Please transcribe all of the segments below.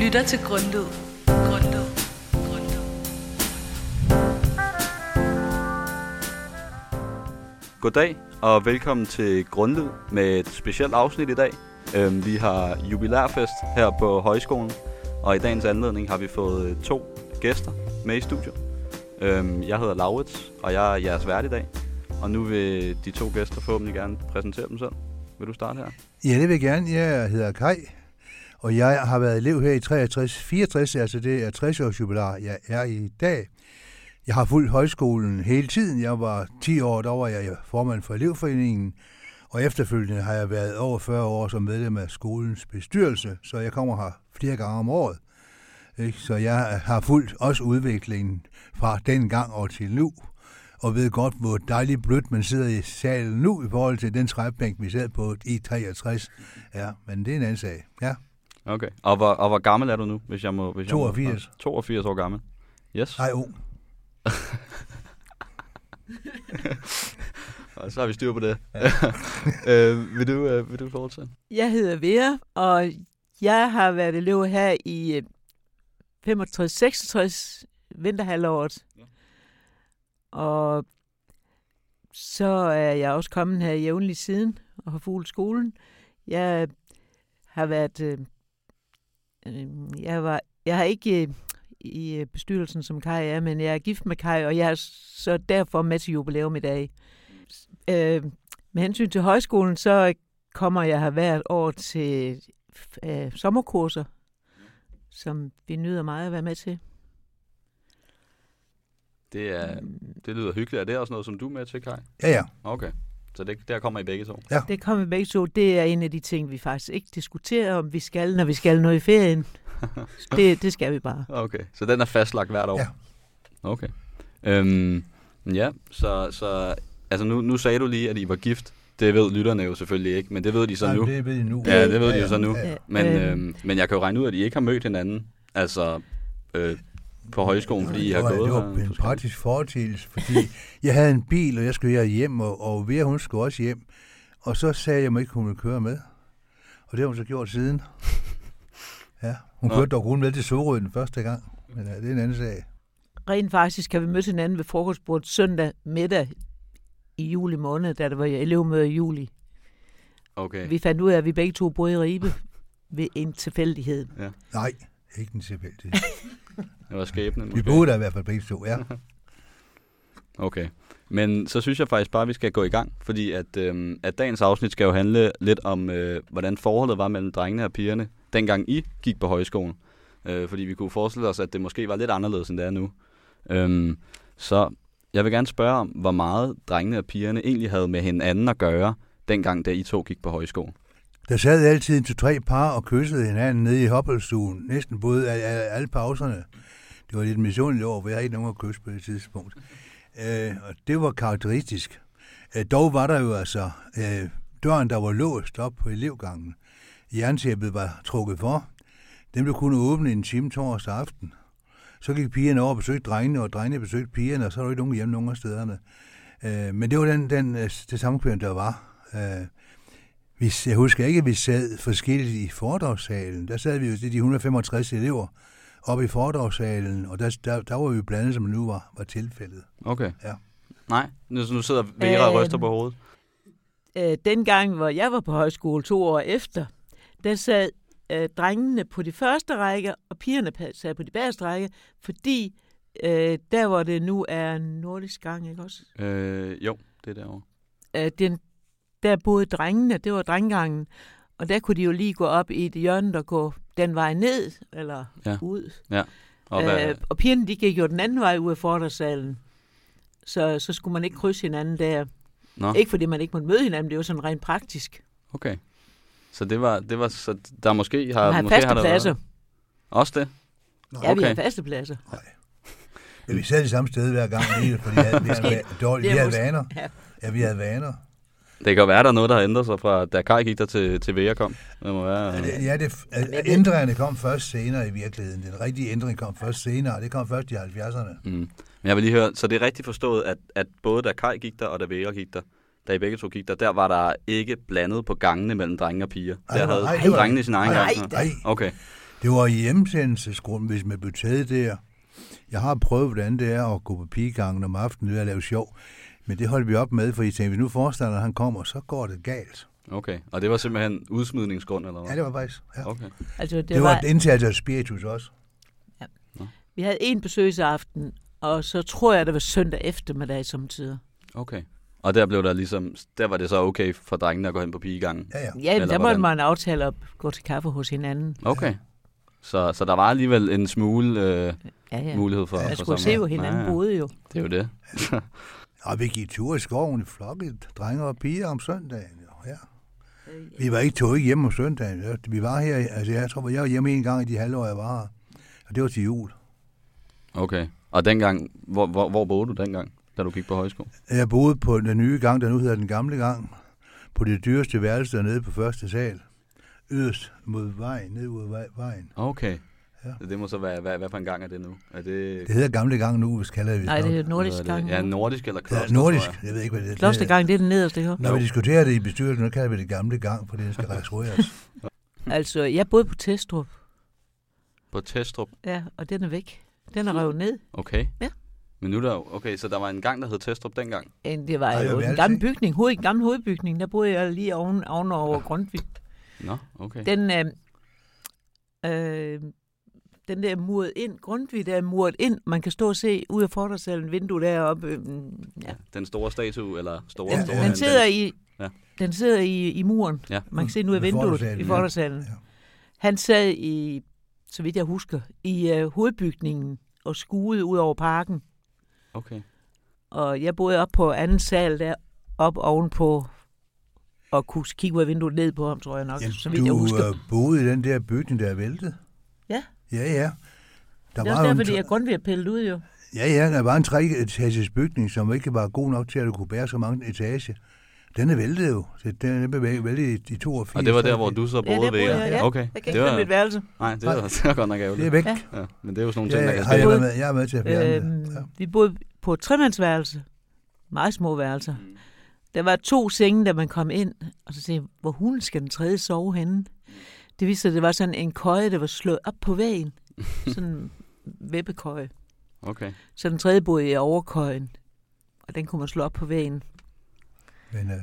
lytter til Grundlød. Grundlød. Grundlød. Goddag og velkommen til Grundlyd med et specielt afsnit i dag. Øhm, Vi har jubilærfest her på højskolen, og i dagens anledning har vi fået øh, to gæster med i studiet. Øhm, Jeg hedder Laurits, og jeg er jeres vært i dag. Og nu vil de to gæster forhåbentlig gerne præsentere dem selv. Vil du starte her? Ja, det vil jeg gerne. Jeg hedder Kai, og jeg har været elev her i 63-64, altså det er 60 års jubilar, jeg er i dag. Jeg har fulgt højskolen hele tiden. Jeg var 10 år, der var jeg formand for elevforeningen, og efterfølgende har jeg været over 40 år som medlem af skolens bestyrelse, så jeg kommer her flere gange om året. Ikke? Så jeg har fulgt også udviklingen fra dengang og til nu, og ved godt, hvor dejligt blødt man sidder i salen nu i forhold til den træbænk, vi sad på i 63. Ja, men det er en anden sag. Ja, Okay. Og hvor, og hvor gammel er du nu, hvis jeg må... Hvis Jeg må 82. 82 år gammel. Yes. ej, oh. ung. Og så har vi styr på det. øh, vil, du, øh, vil du fortsætte? Jeg hedder Vera, og jeg har været elev her i øh, 65-66 vinterhalvåret. Ja. Og så er jeg også kommet her jævnligt siden og har fulgt skolen. Jeg har været... Øh, øh, jeg, var, jeg har ikke øh, i øh, bestyrelsen, som Kai er, men jeg er gift med Kai, og jeg er så derfor med til jubilæum i dag. Øh, med hensyn til højskolen, så kommer jeg her hvert år til øh, sommerkurser, som vi nyder meget at være med til. Det, er, Mm, det lyder hyggeligt. Er det også noget, som du er med til, Kai? Ja, ja. Okay. Så det, der kommer I begge to. Det kommer vi begge to. Det er en af de ting, vi faktisk ikke diskuterer, om vi skal, når vi skal noget i ferien. Det, det skal vi bare. Okay, så den er fastlagt hvert år? Ja. Okay. Øhm, ja, så, så altså nu, nu sagde du lige, at I var gift. Det ved lytterne jo selvfølgelig ikke, men det ved de så Ej, nu. men Det ved de nu. Ja, det ved de jo så nu. Ja, ja. Men, Øhm. øhm, men jeg kan jo regne ud, at I ikke har mødt hinanden altså, øh, på højskolen, fordi I har det var, gået det var her en forskelligt. praktisk foretagelse, fordi jeg havde en bil, og jeg skulle hjem, og, og Vera, hun skulle også hjem. Og så sagde jeg mig ikke, hun ville køre med. Og det har hun så gjort siden. Ja, hun Nå. kørte dog kun med til Sorø den første gang. Men ja, det er en anden sag. Rent faktisk kan vi møde hinanden ved frokostbordet søndag middag i juli måned, da der var elevmøde i juli. Okay. Vi fandt ud af, at vi begge to boede i Ribe ved en tilfældighed. Nej, ikke den tilfældige. Det var skæbnen Vi måske. boede der i hvert fald begge to, ja. Okay. Men så synes jeg faktisk bare, at vi skal gå i gang, fordi at, øhm, at dagens afsnit skal jo handle lidt om, øh, hvordan forholdet var mellem drengene og pigerne, dengang I gik på højskolen. Øh, fordi vi kunne forestille os, at det måske var lidt anderledes, end det er nu. Øhm, så jeg vil gerne spørge om, hvor meget drengene og pigerne egentlig havde med hinanden at gøre, dengang da I to gik på højskolen. Der sad altid en to-tre par og kyssede hinanden nede i hoppelstuen, næsten både alle, alle, alle pauserne. Det var lidt misundelig over, for jeg havde ikke nogen at kysse på det tidspunkt. Øh, og det var karakteristisk. Øh, dog var der jo altså øh, døren, der var låst op på elevgangen. Jerntæppet var trukket for. Den blev kun åbnet en time torsdag aften. Så gik pigerne over og besøgte drengene, og drengene besøgte pigerne, og så var der ikke nogen hjemme nogen af stederne. Øh, men det var den, den, øh, det sammenkøring, der var. Øh, vi, jeg husker ikke, at vi sad forskelligt i foredragssalen. Der sad vi jo til de 165 elever oppe i foredragssalen, og der, der, der var vi blandet, som nu var, var tilfældet. Okay. Ja. Nej, nu, nu sidder Vera og Øhm. ryster på hovedet. øh, dengang, hvor jeg var på højskole to år efter, der sad øh, drengene på de første række, og pigerne pa- sad på de bagerste række, fordi øh, der, hvor det nu er nordisk gang, ikke også? Øh, jo, det er derovre. Øh, den, der boede drengene, det var drenggangen, og der kunne de jo lige gå op i et hjørne, der gå den vej ned, eller Ja. ja. ud. Og hvad, Øh, og pigerne, de gik jo den anden vej ud af fordersalen. Så, så skulle man ikke krydse hinanden der. Nå. Ikke fordi man ikke måtte møde hinanden, det var sådan rent praktisk. Okay. Så det var, det var så der måske har, Man har måske faste har der pladser. Været. Også det? Ja, vi Okay. har faste pladser. Ja, vi sad det samme sted hver gang, lige, fordi vi havde, vi havde, dårlige, Det er vi havde måske- vaner. Ja. Ja, vi havde vaner. Det kan jo være, der er noget, der har ændret sig fra, da Kai gik der til, til Vera kom. Det må være... Ja, det, ja, det, at ændringerne kom først senere i virkeligheden. Den rigtige ændring kom først senere, og det kom først i 70'erne. Mm. Men jeg vil lige høre, så det er rigtigt forstået, at, at både da Kai gik der, og da Vera gik der, da I begge to gik der, der var der ikke blandet på gangene mellem drenge og piger. Ej, der nej, havde det var- drengene sin egen nej, gang. nej. Okay. Det var i hjemsendelsesgrund, hvis man blev taget der. Jeg har prøvet, hvordan det er at gå på pigegangen om aftenen ved at lave sjov. Men det holdt vi op med, for I tænkte, hvis nu forstanderen han kommer, så går det galt. Okay, og det var simpelthen udsmidningsgrund, eller hvad? Ja, det var faktisk. Ja. Okay. Altså, det, Det var et indsats af spiritus også. Vi havde en besøgsaften, og så tror jeg, det var søndag eftermiddag som tider. Okay. Og der blev der ligesom, der var det så okay for drengene at gå hen på pigegangen. Ja, ja. Ja, Eller Eller der hvordan? måtte man aftale at gå til kaffe hos hinanden. Okay. Så, så der var alligevel en smule øh, Ja, ja. mulighed for Man for skulle se, samvær. hvor hinanden Ja, ja. boede jo. Det er jo det. Og vi gik tur i skoven i flokke, drenge og piger om søndagen. jo. Øh, Ja. Vi var ikke tog ikke hjemme om søndagen. ja. Vi var her, altså jeg tror, jeg var hjemme en gang i de halvår, jeg var her. Og det var til jul. Okay. Og dengang, hvor, hvor, hvor boede du dengang, da du gik på højskole? Jeg boede på den nye gang, der nu hedder den gamle gang, på det dyreste værelse dernede på første sal. Yderst mod vejen, ned ud af vej- vejen. Okay. Ja. Ja. Det må så være, hvad, hvad for en gang er det nu? Er det... Det hedder gamle gang nu, hvis kalder vi det. Nej, det er nordisk hvad er gang. det? Ja, nordisk eller kloster, ja, nordisk. tror jeg. Jeg ved ikke, hvad det er. Klostergang, det er den nederste her. Når vi diskuterer det i bestyrelsen, nu kalder vi det gamle gang, fordi det skal restaureres. Altså, jeg boede på Testrup, På Testrup. ja, og den er væk. Den er revet ned. Okay. Ja. Men nu er der jo... Okay, så der var en gang, der hed Testrup dengang. En- Det var Ej, jo hvor er en det gammel fint. bygning, hoved, en gammel hovedbygning. Der boede jeg lige oven, oven over Grundtvig. Nå, okay. Den, øh, øh, den der er muret ind, Grundtvig der er muret ind. Man kan stå og se ud af fordersalen, vinduet deroppe. Øh, ja. Den store statue, eller store... Ja, store ja. Den den- sidder i, Ja. den sidder i, i muren. Ja. Man kan se den ud af Ved vinduet fortersalen, i ja. fordersalen. Ja. Han sad i, så vidt jeg husker, i øh, hovedbygningen og skuede ud over parken. Okay. Og jeg boede op på anden sal der, op ovenpå, og kunne kigge ud af vinduet ned på ham, tror jeg nok, Jamen, så vidt du jeg husker. øh, boede i den der bygning, der er væltet. Ja. Ja, ja. Der Det er var jo også en derfor, det to- er grund ved at pille ud jo. Ja, ja, der var en treetages bygning, som ikke var god nok til at kunne bære så mange etager. Den er væltet jo. Så den er blevet væltet i- i 82. Og det var der, hvor du så boede der ved boede jer? jeg, ja. Okay. Jeg kan Det ikke finde var, mit værelse. nej, det var, det var godt nok Det er ærgerligt. væk. Ja. Ja. Ja, men det er jo sådan nogle ting, Ja, der kan har jeg, ske. været med, jeg er med til at fjerne Øhm, det. Ja. Vi boede på et tremandsværelse. Meget små værelser. Mm. Der var to senge, da man kom ind, og så sagde jeg, hvor hulen skal den tredje sove henne? Det viste sig, at det var sådan en køje, der var slået op på væggen. Sådan en væbbekøje. Okay. Så den tredje boede i overkøjen, og den kunne man slå op på væggen. Men øh,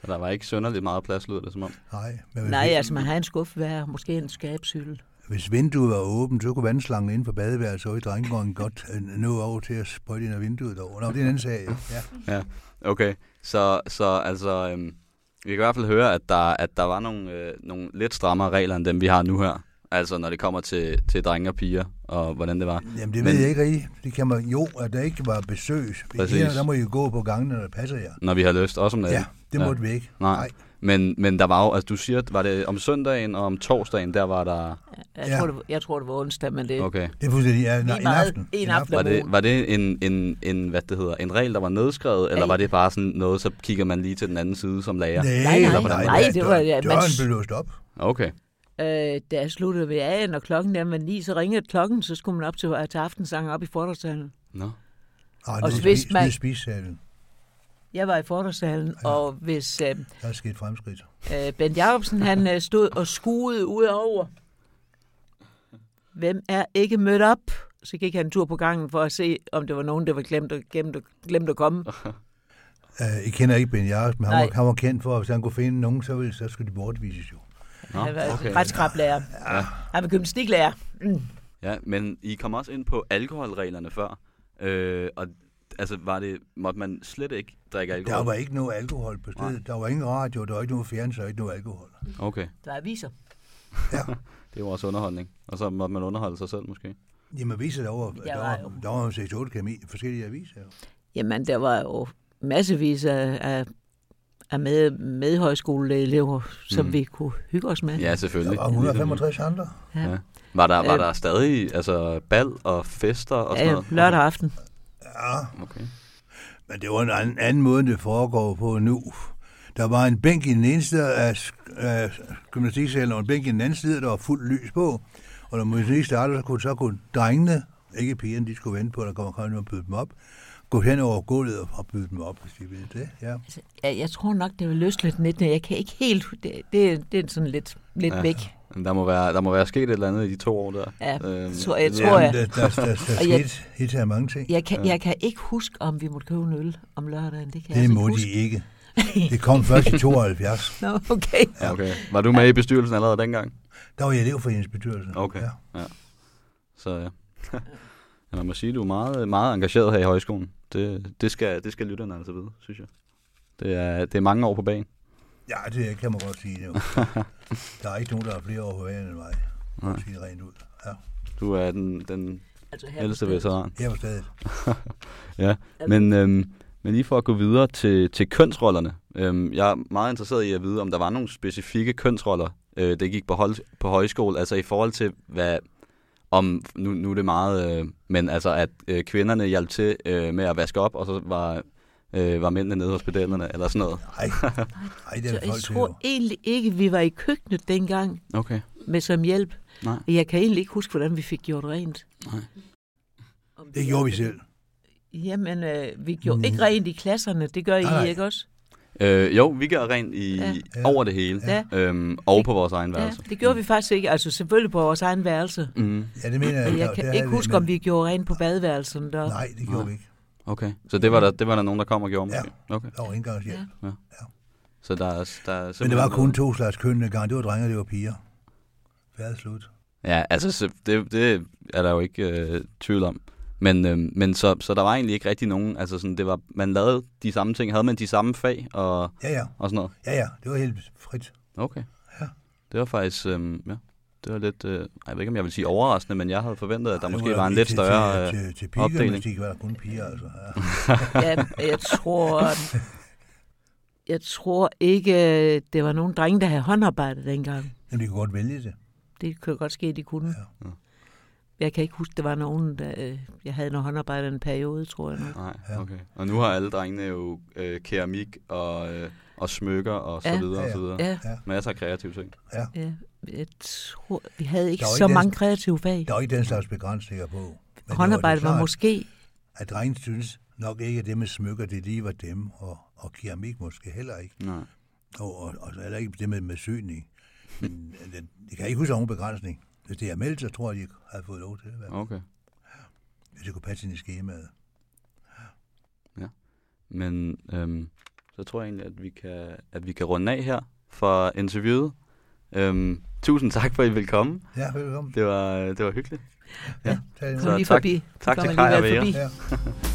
Så der var ikke sønderligt meget plads, lyder det som om. nej, men hvis, Nej, altså man havde en skuffe hver, måske en skabshylde. hvis vinduet var åbent, så kunne vandslangen inden for badeværelset og i drengegården godt øh, nå over til at sprøjte ind af vinduet derovre. Nå, det er en anden sag. jo. Ja. Okay, så, så altså, øhm, vi kan i hvert fald høre, at der, at der var nogle, øh, nogle lidt strammere regler, end dem vi har nu her. Altså, når det kommer til, til drenge og piger, og hvordan det var. Jamen, det Men- ved jeg ikke rigtigt. Det kan man jo, at der ikke var besøg. Præcis. Her, der må I jo gå på gangen, når det passer jer. Når vi har lyst, også om Ja, natten. det Ja. måtte vi ikke. Nej. Nej. Men, men der var jo, altså du siger, var det om søndagen og om torsdagen, der var der... Jeg, Ja. tror, det var, jeg tror, det var onsdag, men det... Okay. Det er fuldstændig ja, en, Lige en meget. aften. En aften. Var det, var det en, en, en, hvad det hedder, en regel, der var nedskrevet, eller var det bare sådan noget, så kigger man lige til den anden side som lærer? Nej, nej, eller nej, hvordan? nej, det var- ja, man- Døren blev låst op. Okay, Øh, da jeg sluttede ved A, når klokken der var ni, så ringede klokken, så skulle man op til, til aftensang op i fordragshallen. nå. Ah, Og og hvis spis, man- man... spisesalen. Jeg var i fordragshallen, ja. og hvis øh, Der er sket fremskridt. øh, Bent Jacobsen han øh, stod og skuede ud over, hvem er ikke mødt op? Så gik han en tur på gangen for at se, om der var nogen, der var glemt at, glemt at, glemt at komme. Uh, I kender ikke Ben Jacobs, men han var, Nej. han var kendt for, at hvis han kunne finde nogen, så, ville, så skulle de bortvises jo. Nå, han var okay. okay. retskrablærer. Ja. Han var gymnastiklærer. Mm. Ja, men I kom også ind på alkoholreglerne før. Øh, og altså, var det, måtte man slet ikke drikke alkohol? Der var ikke noget alkohol på stedet. Der var ingen radio, der var ikke noget fjernsyn, der var ikke noget alkohol. Okay, Der er aviser. det var også underholdning. Og så måtte man underholde sig selv måske. Jamen, viser der var, der var jo- var, der var, jo 6-8 kemi, forskellige aviser. jo. Jamen, der var jo massevis af, af, af med, medhøjskoleelever, som Mhm. vi kunne hygge os med. Ja, Der selvfølgelig. var 165 andre. Ja. Var der, var Øh. der stadig altså, bal og fester og sådan Ja, noget? lørdag aften. Ja, Okay. men det var en anden, anden måde, end det foregår på nu. Der var en bænk i den ene side af sk- af gymnastiksalen, og en bænk i den anden side, og der var fuld lys på. Og når musikken startede, så kunne, så kunne drengene, ikke pigerne, de skulle vente på, at der kom kom og byde dem op, gå hen over gulvet og- og byde dem op, hvis de ville det. Ja. Altså, ja, jeg tror nok, det var løslet 19. Jeg kan ikke helt... Det, det, det er sådan lidt, lidt Ja. væk. Men Der må, være, der må være sket et eller andet i de to år der. Ja, Øhm, tror jeg- det- tror jeg. Der, der, der, der, Og jeg- der skete hit her mange ting. Jeg kan, Ja. jeg kan ikke huske, om vi måtte købe en øl om lørdagen. Det kan jeg Det altså må ikke de huske. ikke. Det kom først i 72. Nå, okay. Ja. Okay. Var du med i bestyrelsen allerede dengang? Der var jeg elev for hendes bestyrelse. Okay. Ja. Så ja. ja man må sige, du er meget, meget engageret her i højskolen. Det, det, skal, det skal lytterne altså vide, synes jeg. Det er, det er mange år på banen. ja, det kan man godt sige. Jo. Der er ikke nogen, der er flere år på vejen end mig. Jeg Nej. sige det rent ud. Ja. Du er den, den Altså, her ældste veteran. Jeg var stadig. Men, øhm, men lige for at gå videre til, til kønsrollerne. Øhm, jeg er meget interesseret i at vide, om der var nogle specifikke kønsroller, øh, det gik på, hold, på højskole. Altså i forhold til, hvad, om nu, nu er det meget, øh, men altså at øh, kvinderne hjalp til øh, med at vaske op, og så var, øh, var mændene nede hos pedellerne, eller sådan noget. Nej, nej, det Så er jeg folk til tror jo. egentlig ikke, vi var i køkkenet dengang Okay. med som hjælp. Nej. Jeg kan egentlig ikke huske, hvordan vi fik gjort rent. Nej. Om Det gjorde vi selv. Jamen, øh, vi gjorde Mm. mm. ikke rent i klasserne. Det gør I, Nej, nej. ikke også? Øh, jo, vi gør rent i, Ja. ja. over det hele, Ja. øhm, og på vores egen Ja, værelse. det gjorde vi faktisk ikke. Altså, selvfølgelig på vores egen værelse. Mm, Ja, det mener jeg. Jeg der- der kan er ikke vi- huske, men- om vi gjorde rent på badeværelsen. Der. Nej, det gjorde vi ikke. okay. Så det var, der, det var der nogen, der kom og gjorde? Ja. måske? Okay. Der var indgangshjælp. Ja. Så der er, der er Men det simpelthen var kun noget- to slags køn dengang. Det var drenge, og det var piger. Færdig slut. Ja, altså så det, det er der jo ikke øh, tvivl om. Men, øh, men så, så der var egentlig ikke rigtig nogen, altså sådan, det var, man lavede de samme ting, havde man de samme fag og, Ja, ja. og sådan noget. Ja, ja. Det var helt frit. Okay. Ja. Det var faktisk, øh, ja, det var lidt, øh, ej, jeg ved ikke om jeg vil sige overraskende, men jeg havde forventet, at der Det måske var var en ikke lidt til- større... Til, øh, til, til pigegymnastik var der kun piger, altså. Ja. Ja, jeg tror... Jeg tror ikke, det var nogen drenge, der havde håndarbejde dengang. Jamen, de kunne godt vælge det. Det kunne godt ske, at de kunne. Ja. Ja. Jeg kan ikke huske, der var nogen, der... øh, Jeg havde noget håndarbejde i en periode, tror jeg. nok. Nej, Ja. okay. Og nu har alle drengene jo øh, keramik og, øh, og smykker og så Ja. videre og så Ja. videre. Ja, Masser af kreative ting. ja. Jeg tror, vi havde ikke Der var så ikke mange kreative fag. Der var ikke den slags begrænsninger på. Men det var- Håndarbejde det er var klart, måske... At drengen synes nok ikke, at det med smykker, det lige var dem, og, og keramik måske heller ikke. Nej. Og, og, og så heller ikke det med, med syning. Men, det, jeg kan ikke huske nogen begrænsning. Hvis det er meldt, så tror jeg, de har fået lov til det. Ja. Okay. Hvis det kunne passe ind i skemaet. Men øhm, så tror jeg egentlig, at vi kan, at vi kan runde af her for interviewet. Øhm, tusind tak for, at I ville komme. Ja, velkommen. Det var, det var hyggeligt. Tag imod. Kom Så lige tak. forbi. Tak Kom til Kaj alligevel og Vera. forbi. Ja.